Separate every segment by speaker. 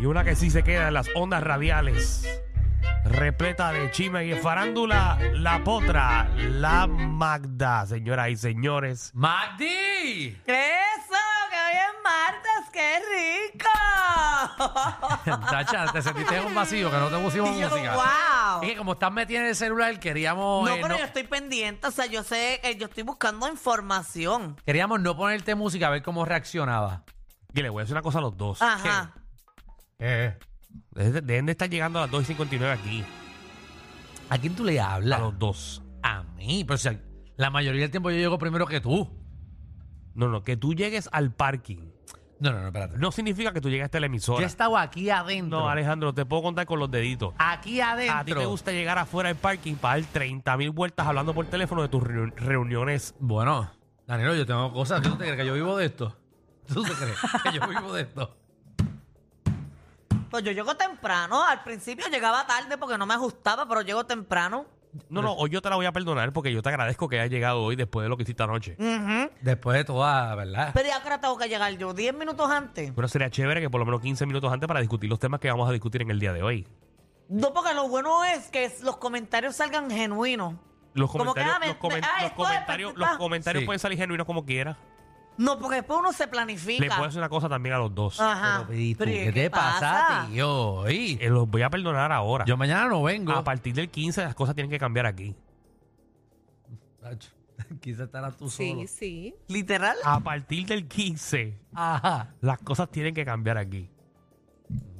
Speaker 1: Y una que sí se queda en las ondas radiales. Repleta de chisme y farándula, la potra, la Magda, señoras y señores.
Speaker 2: ¡Magdi!
Speaker 3: ¡Eso! ¡Que hoy es martes! ¡Qué rico!
Speaker 2: Tacha, te sentiste en un vacío que no te pusimos
Speaker 3: Y yo,
Speaker 2: música.
Speaker 3: wow.
Speaker 2: Es que como estás metida en el celular, queríamos.
Speaker 3: No,
Speaker 2: eh,
Speaker 3: pero
Speaker 2: no-
Speaker 3: yo estoy pendiente, o sea, yo sé, eh, yo estoy buscando información.
Speaker 2: Queríamos no ponerte música a ver cómo reaccionaba.
Speaker 1: Que le voy a decir una cosa a los dos.
Speaker 3: Ajá.
Speaker 1: Eh. Dejen de- dejen de estar llegando a las 2.59 aquí.
Speaker 2: ¿A quién tú le
Speaker 1: A
Speaker 2: hablas?
Speaker 1: los dos.
Speaker 2: A mí. Pero si la mayoría del tiempo yo llego primero que tú.
Speaker 1: No, no, que tú llegues al parking.
Speaker 2: No, no, no, espérate.
Speaker 1: No significa que tú llegues a la
Speaker 2: Yo
Speaker 1: emisora.
Speaker 2: estaba aquí adentro.
Speaker 1: No, Alejandro, te puedo contar con los deditos.
Speaker 2: Aquí adentro.
Speaker 1: A ti te gusta llegar afuera del parking para dar 30.000 vueltas hablando por teléfono de tus reuni- reuniones.
Speaker 2: Bueno, Danilo, yo tengo cosas. ¿Tú te crees que yo vivo de esto? ¿Tú te crees que yo vivo de esto?
Speaker 3: Pues yo llego temprano. Al principio llegaba tarde porque no me ajustaba, pero llego temprano.
Speaker 1: No, no, hoy yo te la voy a perdonar porque yo te agradezco que hayas llegado hoy después de lo que hiciste anoche.
Speaker 3: Ujú.
Speaker 2: Después de toda, ¿verdad?
Speaker 3: Pero ya que ahora tengo que llegar yo, 10 minutos antes.
Speaker 1: Pero sería chévere que por lo menos 15 minutos antes para discutir los temas que vamos a discutir en el día de hoy.
Speaker 3: No, porque lo bueno es que los comentarios salgan genuinos.
Speaker 1: Los
Speaker 3: Como que,
Speaker 1: comentarios,
Speaker 3: ah, me-
Speaker 1: los, comen-
Speaker 3: ah,
Speaker 1: los
Speaker 3: esto es
Speaker 1: comentarios,
Speaker 3: participa-
Speaker 1: los comentarios
Speaker 2: Sí.
Speaker 1: pueden salir genuinos como quieras.
Speaker 3: No, porque después uno se
Speaker 1: Le
Speaker 3: planifica.
Speaker 1: puedo hacer una cosa también a los dos.
Speaker 3: Ajá.
Speaker 2: Ah, Pero, ¿y tú
Speaker 3: Pero, ¿y
Speaker 2: ¿Qué te pasa, tío? Ey,
Speaker 1: Eh, los voy a perdonar ahora.
Speaker 2: Yo mañana no vengo.
Speaker 1: a partir del 15 las cosas tienen que cambiar aquí.
Speaker 2: Nacho, Quizá estarás tú solo. Ah,
Speaker 4: Sí, sí.
Speaker 3: Literal.
Speaker 1: A partir del 15
Speaker 2: Ajá.
Speaker 1: las cosas tienen que cambiar aquí.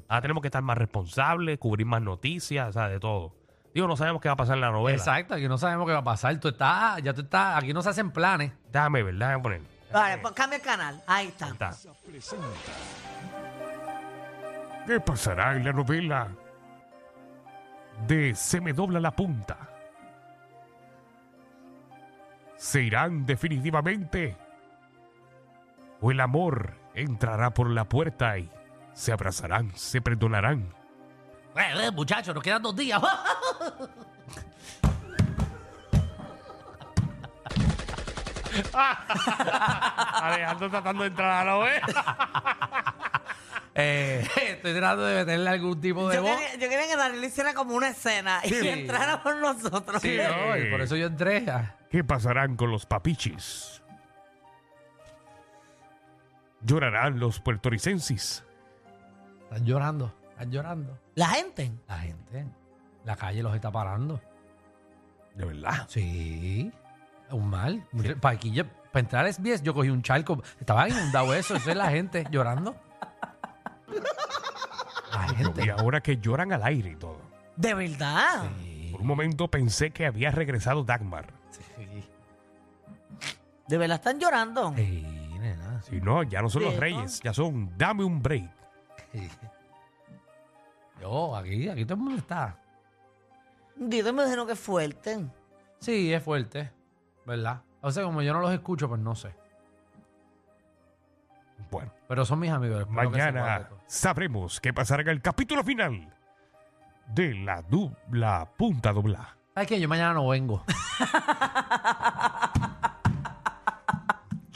Speaker 1: Ahora tenemos que estar más responsables, cubrir más noticias, o sea, de todo. Digo, no sabemos qué va a pasar en la novela.
Speaker 2: Exacto, aquí no sabemos qué va a pasar. Tú estás, ya tú estás, aquí no se hacen planes.
Speaker 1: Déjame, ver, déjame poner.
Speaker 3: Vale, pues cambia el canal. Ahí está.
Speaker 1: Ahí está. ¿Qué pasará en la novela de Se me dobla la punta? ¿Se irán definitivamente? ¿O el amor entrará por la puerta y se abrazarán, se perdonarán?
Speaker 2: Eh, eh, muchachos, nos quedan dos días.
Speaker 1: Alejandro tratando de entrar a la novela.
Speaker 2: Eh, estoy tratando de meterle algún tipo de
Speaker 3: Yo
Speaker 2: voz.
Speaker 3: quería, yo quería que Daniel hiciera como una escena y
Speaker 2: Sí.
Speaker 3: entrara por nosotros.
Speaker 2: Sí, no, y por eso yo entré. ah.
Speaker 1: ¿Qué pasarán con los papichis? ¿Llorarán los puertorricenses?
Speaker 2: Están llorando, están llorando.
Speaker 3: La gente.
Speaker 2: La gente, la calle los está parando.
Speaker 1: De verdad.
Speaker 2: Sí, un mal. Para aquí, ya- para entrar es 10, yo cogí un charco. Estaba inundado eso, eso es la gente llorando. La
Speaker 1: Y
Speaker 2: gente.
Speaker 1: ahora que lloran al aire y todo.
Speaker 3: De verdad.
Speaker 2: Sí,
Speaker 1: Por un momento pensé que había regresado Dagmar.
Speaker 2: sí.
Speaker 3: De verdad están llorando.
Speaker 2: Sí, nena, sí.
Speaker 1: Si no, ya no son los
Speaker 3: Sí,
Speaker 1: reyes, ya son dame un break.
Speaker 2: Yo, aquí, aquí todo el mundo está.
Speaker 3: Dios me imagino que fuerte.
Speaker 2: Sí, es fuerte, ¿verdad? O sea, como yo no los escucho, pues no sé.
Speaker 1: Bueno,
Speaker 2: Pero son mis amigos. espero que se guarde
Speaker 1: mañana
Speaker 2: todo.
Speaker 1: sabremos qué pasará en el capítulo final de la, du- la punta doblada.
Speaker 2: ¿Sabes qué? Yo mañana no vengo.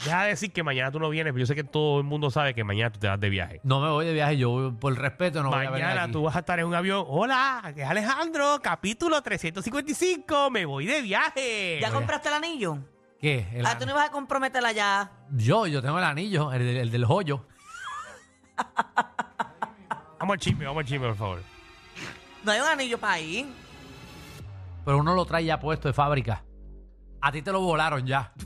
Speaker 1: Deja de decir que mañana tú no vienes, pero yo sé que todo el mundo sabe que mañana tú te vas de viaje.
Speaker 2: No me voy de viaje, yo por respeto no voy a venir
Speaker 1: mañana
Speaker 2: aquí.
Speaker 1: tú vas a estar en un avión. Hola, es Alejandro, capítulo 355, me voy de viaje.
Speaker 3: ¿Ya compraste el anillo?
Speaker 2: ¿Qué? El
Speaker 3: Ah, tú no ibas a comprometerla ya.
Speaker 2: Yo, yo tengo el anillo, el, del- el del joyo.
Speaker 1: Vamos al chisme, vamos al chisme, por favor.
Speaker 3: No hay un anillo para ir.
Speaker 2: Pero uno lo trae ya puesto de fábrica. A ti te lo volaron ya.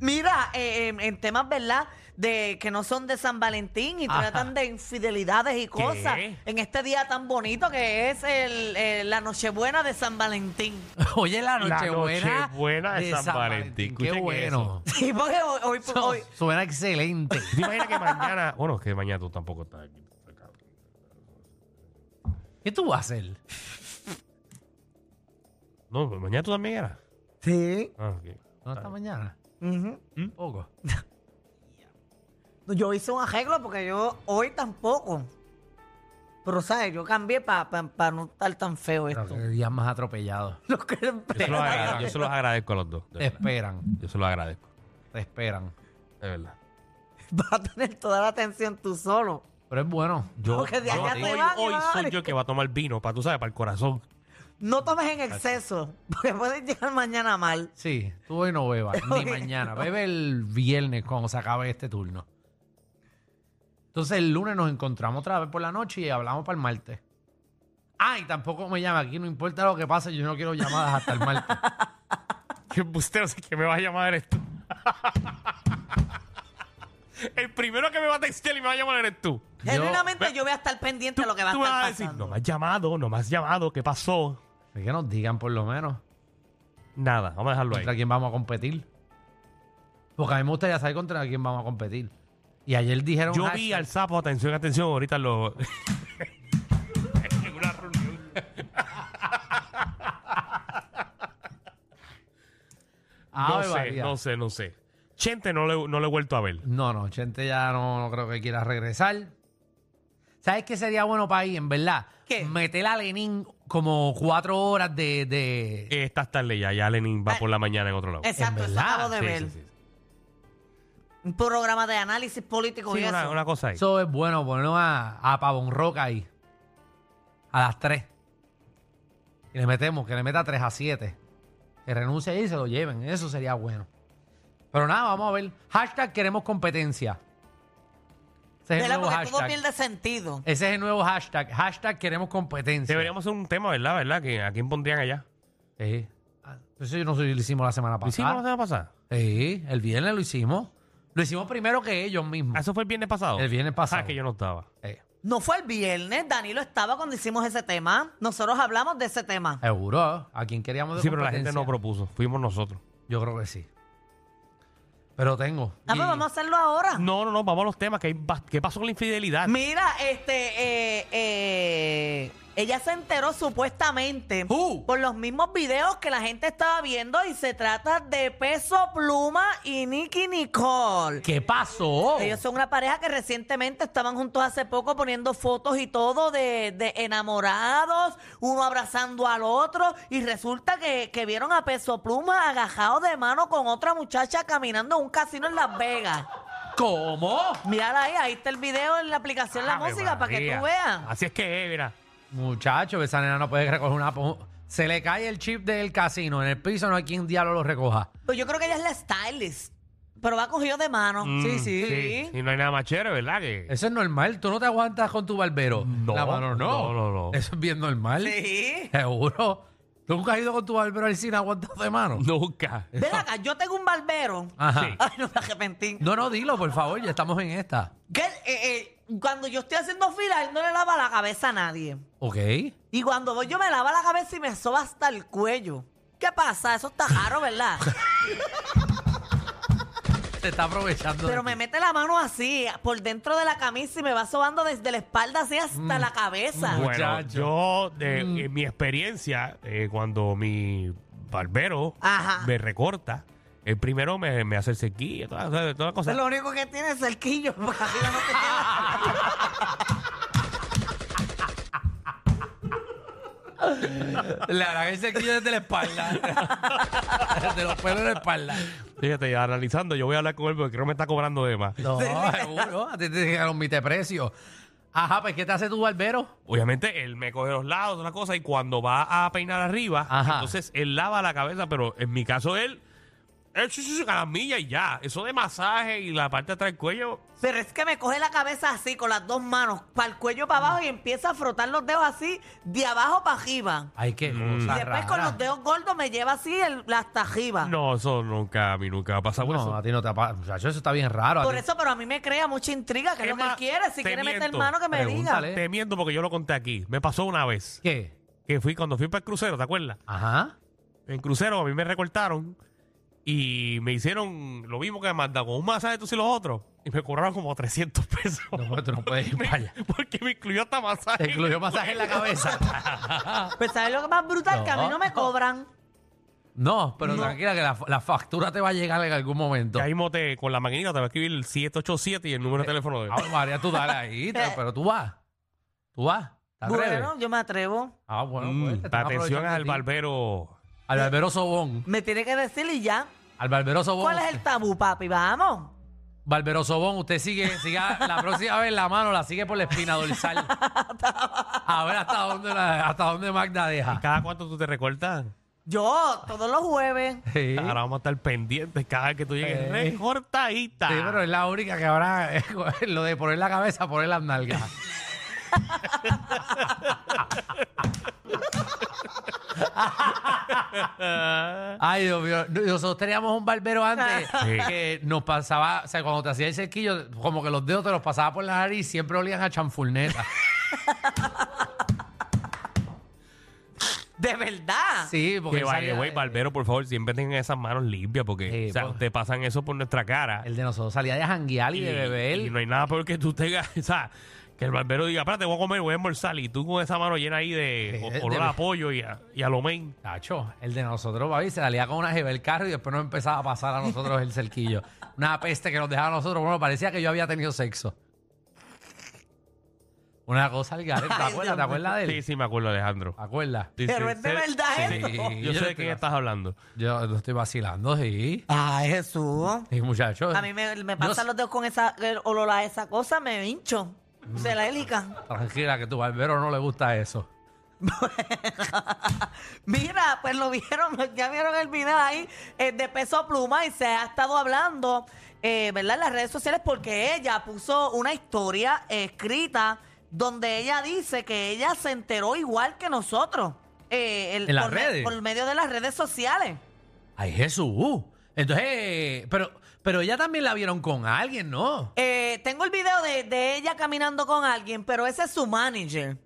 Speaker 3: Mira, eh, eh, en temas, ¿verdad? De que no son de San Valentín y
Speaker 2: Ajá.
Speaker 3: tratan de infidelidades y cosas. En este día tan bonito que es el, eh, la Nochebuena de San Valentín.
Speaker 2: Oye, la
Speaker 1: La
Speaker 2: nochebuena.
Speaker 1: Nochebuena de San Valentín.
Speaker 2: Qué
Speaker 1: Escuchen
Speaker 2: bueno.
Speaker 3: Sí, porque hoy, hoy- hoy-
Speaker 2: Suena excelente.
Speaker 1: ¿Te imaginas que mañana? Bueno, es que mañana tú tampoco estás aquí.
Speaker 2: ¿Qué tú vas a hacer?
Speaker 1: No, pues mañana tú también eras.
Speaker 3: Sí.
Speaker 1: Ah, ok.
Speaker 2: ¿No está mañana?
Speaker 3: Ujú.
Speaker 1: ¿Mm?
Speaker 2: Un poco.
Speaker 3: Yo hice un arreglo porque yo hoy tampoco. Pero, ¿sabes? Yo cambié para no estar tan feo
Speaker 2: Pero
Speaker 3: esto.
Speaker 2: qué días más atropellados.
Speaker 3: Lo que
Speaker 1: Yo se, los agra- yo
Speaker 3: empeora.
Speaker 1: se los agradezco a los dos.
Speaker 2: Te
Speaker 1: de verdad.
Speaker 2: esperan,
Speaker 1: Yo se los agradezco.
Speaker 2: te esperan.
Speaker 1: De verdad.
Speaker 3: Vas a tener toda la atención tú solo.
Speaker 2: Pero es bueno. Yo,
Speaker 3: Porque de
Speaker 2: yo
Speaker 3: allá
Speaker 2: te
Speaker 1: hoy
Speaker 3: te
Speaker 2: digo,
Speaker 3: van y
Speaker 1: hoy
Speaker 3: van a-
Speaker 1: soy yo el que va a tomar vino, para tú sabes, para el corazón.
Speaker 3: No tomes en exceso, porque puedes llegar mañana mal.
Speaker 2: Sí, tú hoy no bebas, ni
Speaker 3: Hoy
Speaker 2: mañana. Bebe el viernes cuando se acabe este turno. Entonces el lunes nos encontramos otra vez por la noche y hablamos para el martes. Ay, tampoco me llama aquí, no importa lo que pase, yo no quiero llamadas hasta el martes.
Speaker 1: Qué embustero, así que me va a llamar eres tú. el primero que me va a textear y me va a llamar eres tú.
Speaker 2: Yo-
Speaker 3: Genuinamente yo voy a estar pendiente de lo que va a
Speaker 1: tú me vas a
Speaker 3: estar
Speaker 1: decir, no
Speaker 3: pasando.
Speaker 1: me has llamado, no me has llamado, ¿qué pasó?
Speaker 2: Es que nos digan por lo menos
Speaker 1: Nada, vamos a dejarlo ahí.
Speaker 2: contra quién vamos a competir. Porque a mí me gustaría saber contra quién vamos a competir. Y ayer dijeron
Speaker 1: Yo
Speaker 2: hashtag-
Speaker 1: vi al sapo, atención, atención, ahorita lo... en una reunión.
Speaker 2: Ave
Speaker 1: no sé,
Speaker 2: María.
Speaker 1: no sé, no sé. Chente no le, no le he vuelto a ver.
Speaker 2: No, no, Chente ya no, no creo que quiera regresar. ¿Sabes qué sería bueno para ahí, en verdad?
Speaker 3: ¿Qué?
Speaker 2: Meter a Lenin como cuatro horas de... de-
Speaker 1: Eh, Estás tarde ya, ya Lenin va
Speaker 3: Ay,
Speaker 1: por la mañana en otro lado.
Speaker 3: Exacto,
Speaker 2: en
Speaker 3: eso
Speaker 2: verdad,
Speaker 3: acabo de
Speaker 1: Sí,
Speaker 3: ver.
Speaker 1: sí, sí.
Speaker 3: Un programa de análisis político
Speaker 1: Sí,
Speaker 3: y
Speaker 1: una,
Speaker 3: eso.
Speaker 1: una cosa ahí.
Speaker 2: Eso es bueno, ponerlo a, a Pavón Roca ahí. A las tres. Y le metemos, que le meta tres a siete. Que renuncie y se lo lleven. Eso sería bueno. Pero nada, vamos a ver. Hashtag queremos competencia. Ese es el
Speaker 3: ¿Verdad?
Speaker 2: nuevo
Speaker 3: Porque todo
Speaker 2: hashtag.
Speaker 3: pierde sentido.
Speaker 2: Ese es el nuevo hashtag. Hashtag queremos competencia.
Speaker 1: Deberíamos hacer un tema, ¿verdad? ¿Verdad? ¿Que, ¿A quién pondrían allá?
Speaker 2: Sí. Ah, pues Eso yo no sé si lo hicimos la semana
Speaker 1: ¿Lo hicimos la
Speaker 2: pasada.
Speaker 1: semana pasada?
Speaker 2: Sí, el viernes lo hicimos. Lo hicimos primero que ellos
Speaker 1: Ah,
Speaker 2: mismos.
Speaker 1: ¿Eso fue el viernes pasado?
Speaker 2: El viernes pasado.
Speaker 1: Ah, que yo no estaba.
Speaker 2: Eh,
Speaker 3: No fue el viernes, Danilo estaba cuando hicimos ese tema. Nosotros hablamos de ese tema. Ah,
Speaker 2: seguro. ¿A quién queríamos de
Speaker 1: Sí, pero la gente no
Speaker 2: competencia?
Speaker 1: propuso. Fuimos nosotros.
Speaker 2: Yo creo que sí. Pero tengo.
Speaker 3: Ah,
Speaker 2: Y-
Speaker 3: pues vamos a hacerlo ahora.
Speaker 1: No, no, no. Vamos a los temas. que hay bas- ¿Qué pasó con la infidelidad?
Speaker 3: Mira, este, eh, eh, ella se enteró supuestamente
Speaker 2: Who?
Speaker 3: por los mismos videos que la gente estaba viendo y se trata de Peso Pluma y Nicky Nicole.
Speaker 2: ¿Qué pasó?
Speaker 3: Ellos son una pareja que recientemente estaban juntos hace poco poniendo fotos y todo de, de enamorados, uno abrazando al otro, y resulta que, que vieron a Peso Pluma agajado de mano con otra muchacha caminando en un casino en Las Vegas.
Speaker 2: ¿Cómo?
Speaker 3: Mírala ahí, ahí está el video en la aplicación La
Speaker 1: Ave
Speaker 3: Música para que
Speaker 1: María.
Speaker 3: tú veas.
Speaker 1: Ah, Así es que, eh, mira.
Speaker 2: Muchacho, esa nena no puede recoger una... po- Se le cae el chip del casino. En el piso no hay quien diablo lo recoja.
Speaker 3: Pues yo creo que ella es la stylist, pero va cogido de mano.
Speaker 1: Mm, sí. Y no hay nada más chévere, ¿verdad? Que...
Speaker 2: Eso es normal. Tú no te aguantas con tu barbero.
Speaker 1: No,
Speaker 2: La mano, no.
Speaker 1: no, no, no.
Speaker 2: Eso es bien normal.
Speaker 3: Sí.
Speaker 2: Seguro. ¿Tú nunca has ido con tu barbero al cine aguantado de mano?
Speaker 1: Nunca.
Speaker 3: Ven acá, yo tengo un barbero.
Speaker 2: Ajá.
Speaker 1: Sí.
Speaker 3: Ay, no me arrepentí.
Speaker 2: No, no, dilo, por favor, ya estamos en esta.
Speaker 3: Que él, eh, eh, cuando yo estoy haciendo fila, él no le lava la cabeza a nadie.
Speaker 2: Ok.
Speaker 3: Y cuando voy, yo me lava la cabeza y me soba hasta el cuello. ¿Qué pasa? Eso está raro, ¿verdad?
Speaker 2: Te está aprovechando. de
Speaker 3: Pero me
Speaker 2: ti.
Speaker 3: mete la mano así, por dentro de la camisa y me va sobando desde la espalda así hasta la cabeza.
Speaker 2: Muchacho.
Speaker 1: Bueno, yo, de, en mi experiencia, eh, cuando mi barbero
Speaker 3: Ajá.
Speaker 1: me recorta, el primero me, me hace el sequillo, todas toda, toda
Speaker 3: Eso
Speaker 1: cosa.
Speaker 3: es lo único que tiene es el quillo. porque arriba no tiene nada.
Speaker 2: Le harán el sequillo desde la espalda. desde los pelos de la espalda.
Speaker 1: Fíjate, analizando, yo voy a hablar con él porque creo que me está cobrando de más.
Speaker 2: No, seguro. A ti te dejaron mi precio. Ajá, pues ¿qué te hace tu barbero?
Speaker 1: Obviamente, él me coge los lados, una cosa, y cuando va a peinar arriba,
Speaker 2: Ajá.
Speaker 1: entonces él lava la cabeza, pero en mi caso él, él sí, sí, sí, a la milla y ya. Eso de masaje y la parte de atrás del cuello,
Speaker 3: Pero es que me coge la cabeza así, con las dos manos, para el cuello para abajo y empieza a frotar los dedos así, de abajo para arriba.
Speaker 2: Ay, qué
Speaker 1: Mm.
Speaker 2: cosa
Speaker 3: Y después con
Speaker 2: rara.
Speaker 3: los dedos gordos me lleva así el- hasta arriba.
Speaker 1: no, eso nunca, a mí nunca va a pasar.
Speaker 2: No, a ti no te apa- Muchacho, eso está bien raro. A
Speaker 3: Por
Speaker 2: ti-
Speaker 3: eso, pero a mí me crea mucha intriga, que es lo que él
Speaker 1: Emma,
Speaker 3: quiere. Si
Speaker 1: te
Speaker 3: quiere meter
Speaker 1: miento.
Speaker 3: mano, que me diga.
Speaker 2: Pregúntale.
Speaker 1: Te miento porque yo lo conté aquí. Me pasó una vez
Speaker 2: ¿Qué?
Speaker 1: que fui cuando fui para el crucero, ¿te acuerdas?
Speaker 2: Ajá.
Speaker 1: En crucero a mí me recortaron y me hicieron lo mismo que me mandan con un masaje tú y los otros y me cobraron como 300 pesos.
Speaker 2: No, pero tú no puedes ir
Speaker 1: Me-
Speaker 2: para allá.
Speaker 1: Porque me incluyó hasta masaje.
Speaker 2: Te incluyó masaje en la cabeza.
Speaker 3: Pues, ¿sabes lo que más brutal? Que a mí no me
Speaker 2: No.
Speaker 3: cobran.
Speaker 2: No, pero tranquila que la, la factura te va a llegar en algún momento.
Speaker 1: Y ahí mismo te- con la maquinita te va a escribir el 787 y el número de teléfono de él.
Speaker 2: Ah, María, tú dale ahí, te- pero tú vas. Tú vas. ¿Te atreves?
Speaker 3: Bueno, yo me atrevo.
Speaker 2: Ah, bueno,
Speaker 1: Mm,
Speaker 2: pues, te están
Speaker 1: atención
Speaker 2: aprovechando
Speaker 1: al
Speaker 2: de ti.
Speaker 1: barbero.
Speaker 2: Al barbero Sobón.
Speaker 3: Me tiene que decir y ya.
Speaker 1: Oh.
Speaker 2: Al barbero Sobón.
Speaker 3: ¿Cuál es el tabú, papi? Vamos.
Speaker 2: Barbero Sobón, usted sigue, siga la próxima vez la mano la sigue por la espina dorsal. A ver hasta dónde, la- hasta dónde Magda deja.
Speaker 1: ¿Cada cuánto tú te recortas?
Speaker 3: Yo, todos los jueves.
Speaker 2: Sí.
Speaker 1: Ahora vamos a estar pendientes cada vez que tú llegues.
Speaker 2: Sí.
Speaker 1: Recortadita.
Speaker 2: Sí, pero es la única que ahora eh, lo de poner la cabeza, poner las nalgas. Ay, Dios mío. Nosotros teníamos un barbero antes
Speaker 1: Sí.
Speaker 2: que nos pasaba, o sea, cuando te hacía el cerquillo, como que los dedos te los pasaba por la nariz y siempre olían a chanfurneta.
Speaker 3: De verdad.
Speaker 2: Sí, porque
Speaker 1: que
Speaker 2: él
Speaker 1: vaya,
Speaker 2: salía-
Speaker 1: güey, barbero, por favor, siempre tengan esas manos limpias porque
Speaker 2: Sí,
Speaker 1: o sea,
Speaker 2: pues.
Speaker 1: te pasan eso por nuestra cara.
Speaker 2: el de nosotros salía de janguear y de beber.
Speaker 1: y no hay nada peor que tú tengas, o sea, que el barbero diga, espérate, voy a comer, voy a almorzar. Y tú con esa mano llena ahí de
Speaker 2: Sí,
Speaker 1: o- olor
Speaker 2: de-
Speaker 1: a pollo y a, y a lo main.
Speaker 2: Tacho, el de nosotros, papi, se salía con una jeva el carro y después nos empezaba a pasar a nosotros el cerquillo. Una peste que nos dejaba a nosotros. Bueno, parecía que yo había tenido sexo. Una cosa al garete. ¿Te
Speaker 3: Ay,
Speaker 2: acuerdas?
Speaker 3: Dios
Speaker 2: ¿Te acuerdas de él?
Speaker 1: Sí, sí, me acuerdo, Alejandro.
Speaker 2: ¿Te acuerdas?
Speaker 1: Sí,
Speaker 3: Pero
Speaker 1: sí,
Speaker 3: es de
Speaker 1: sé-
Speaker 3: verdad
Speaker 1: sí,
Speaker 3: esto.
Speaker 2: Sí,
Speaker 1: Yo
Speaker 2: yo
Speaker 1: sé de
Speaker 2: te
Speaker 1: quién
Speaker 2: conozco.
Speaker 1: estás hablando.
Speaker 2: Yo lo estoy vacilando, sí.
Speaker 3: Ay, Jesús.
Speaker 2: Sí, muchachos.
Speaker 3: A mí me, me
Speaker 2: Yo
Speaker 3: pasan
Speaker 2: sé-
Speaker 3: los dedos con esa el olor a esa cosa, me hincho.
Speaker 2: Mm.
Speaker 3: De la hélica.
Speaker 2: Tranquila, que tu barbero no le gusta eso.
Speaker 3: Mira, pues lo vieron, ya vieron el video ahí eh, de peso pluma y se ha estado hablando, eh, ¿verdad? En las redes sociales porque ella puso una historia eh, escrita donde ella dice que ella se enteró igual que nosotros. eh, el-
Speaker 2: ¿En las
Speaker 3: por me-
Speaker 2: redes?
Speaker 3: por medio de las redes sociales.
Speaker 2: Ay, Jesús. Entonces, eh, pero, pero ella también la vieron con alguien, ¿no?
Speaker 3: Eh, tengo el video de, de ella caminando con alguien, pero ese es su manager.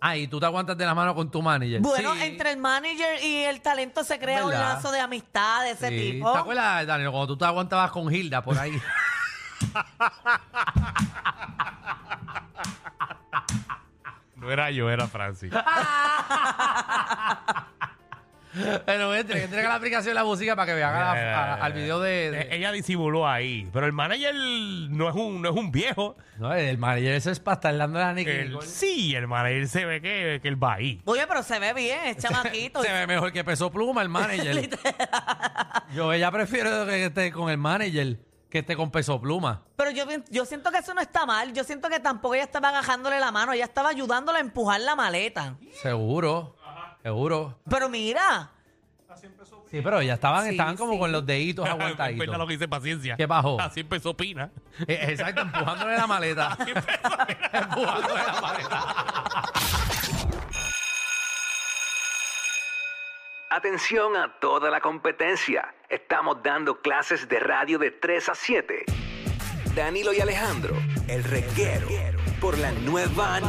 Speaker 2: Ah, y tú te aguantas de la mano con tu manager.
Speaker 3: Bueno,
Speaker 2: Sí.
Speaker 3: entre el manager y el talento se crea un
Speaker 2: verdad.
Speaker 3: lazo de amistad de ese
Speaker 2: Sí,
Speaker 3: tipo.
Speaker 2: ¿Te acuerdas, Daniel, cuando tú te aguantabas con Hilda por ahí?
Speaker 1: No era yo, era Francis.
Speaker 2: Pero pues, entre, entre a la aplicación de la música para que vean a la- a- al video de...
Speaker 1: Eh,
Speaker 2: de-
Speaker 1: Ella disimuló ahí, pero el manager no es un, no es un viejo.
Speaker 2: no, el manager ese es pastelando la Nicki
Speaker 1: El-
Speaker 2: Nicole.
Speaker 1: sí, el manager se ve que, que él va ahí.
Speaker 3: Oye, pero se ve bien, es chamaquito.
Speaker 2: Se ve mejor que Peso Pluma, el manager. Yo ella prefiero que esté con el manager que esté con Peso Pluma.
Speaker 3: Pero yo, vi- yo siento que eso no está mal. Yo siento que tampoco ella estaba agajándole la mano. Ella estaba ayudándole a empujar la maleta.
Speaker 2: Seguro, seguro.
Speaker 3: Pero mira,
Speaker 2: Sí, pero ya estaban,
Speaker 3: Sí,
Speaker 2: estaban como
Speaker 3: sí.
Speaker 2: con los deditos
Speaker 1: Recuerda Pues, lo
Speaker 2: aguantaditos.
Speaker 1: que dice paciencia.
Speaker 2: ¿Qué bajó?
Speaker 1: Así empezó Pina.
Speaker 2: Eh, Exacto, empujándole la maleta. empujándole la maleta.
Speaker 4: Atención a toda la competencia. Estamos dando clases de radio de 3 a 7. Danilo y Alejandro, el reguero, por la nueva